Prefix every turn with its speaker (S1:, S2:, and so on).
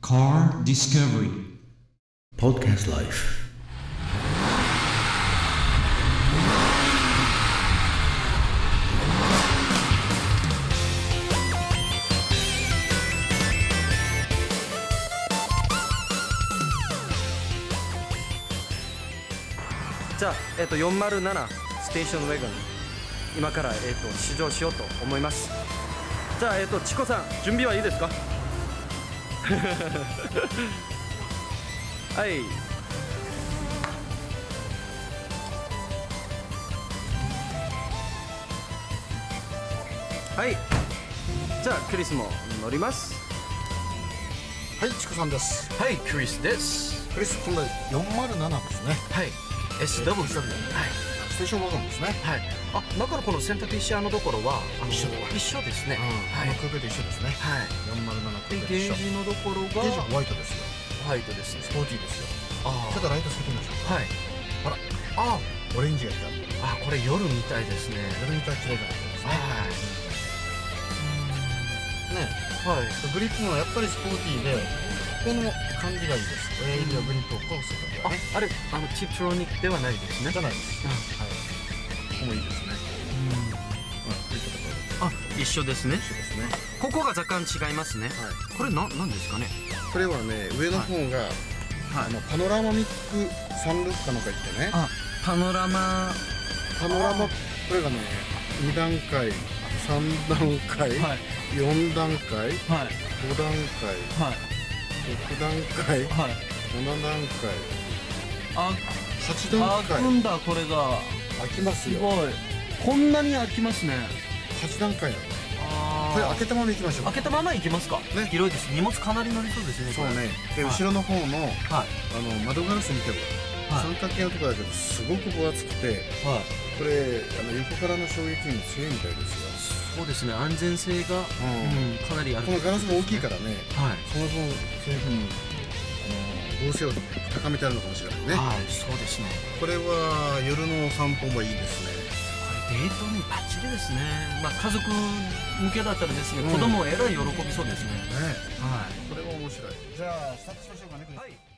S1: Car Discovery
S2: Podcast Life.
S3: じゃあ、えっと407ステーションウェガン今から、えっと試乗しようと思いますじゃあ、えっとチコさん準備はいいですか はいはいじゃあクリスも乗ります
S4: はい、チコさんです。
S5: はい、クリスです。
S4: クリス、今度407ですね。
S5: はい、SW。はい、
S4: ステーションワゴンですね。
S5: はい。あ、中のこの洗濯石穴のところは、あの
S4: 一緒
S5: 一緒ですね。
S4: は、
S5: はいい
S4: この。空間と一緒ですね。
S5: は
S4: 407空
S5: い。で
S4: 間、と
S5: ゲ
S4: 一緒。
S5: ー
S4: ゲ
S5: ジのところ
S4: ー
S5: が、
S4: ジホワイトですよ。
S5: ホワイトですね
S4: ス。ポーティーですよ。
S5: あ
S4: ちょっとライトつけてみましょう
S5: あ。はい。
S4: ほら、
S5: あ
S4: オレンジが光る。
S5: あ、これ夜みたいですね。
S4: 夜みたい綺麗じゃないですね。
S5: は
S4: ね、
S5: い。はい。
S4: グリップもやっぱりスポーティーで、ここの感じがいいです。親指のグリップをこうすると
S5: あ
S4: かね。、
S5: あれ、あの、チプトロニックではないですね
S4: じ。ゃないです。はい。ここもいいですね。うん。いいところ
S5: あ、一緒ですね。
S4: ですね。
S5: ここが若干違いますね。
S4: は
S5: これな、なんですかね。
S4: これはね、上の方が、
S5: はい
S4: あのパノラマミックサンルーフかなんか言ってね。
S5: あ、パノラマ。は
S4: パノラマこれがね2段階3段階、
S5: はい
S4: 4段階5
S5: は
S4: 段階
S5: い。はい。
S4: 6段階
S5: はい。
S4: 7段
S5: あ、
S4: 階8段階
S5: んだ、これが。
S4: 開きます
S5: す
S4: よ
S5: ごいこんなに開きますね
S4: 8段階なの
S5: あ
S4: これ開けたままいきましょう
S5: 開けたまま行きますか、
S4: ね
S5: 広いです荷物かなり乗りそうですね
S4: そう
S5: これ
S4: ねで
S5: はい
S4: 後ろの方の
S5: はい
S4: あの窓ガラス見ても
S5: はい
S4: 三角形のとこだけどすごく分厚くて
S5: はい
S4: これあの横からの衝撃にも強いみたいですよ、
S5: そうですね安全性が、
S4: うん
S5: うんかなりある
S4: このガラスが大きいからね
S5: はい
S4: その分そういうふうにあの合成を高めてあるのかもしれないね
S5: はいそうですね
S4: これは夜の散歩もいいですね
S5: これデートにバッチリですねまあ家族向けだったらですね、
S4: うん
S5: 子供えらい喜びそうですね
S4: ね
S5: は
S4: これは面白いじゃあスタートしましょうかね
S5: いはい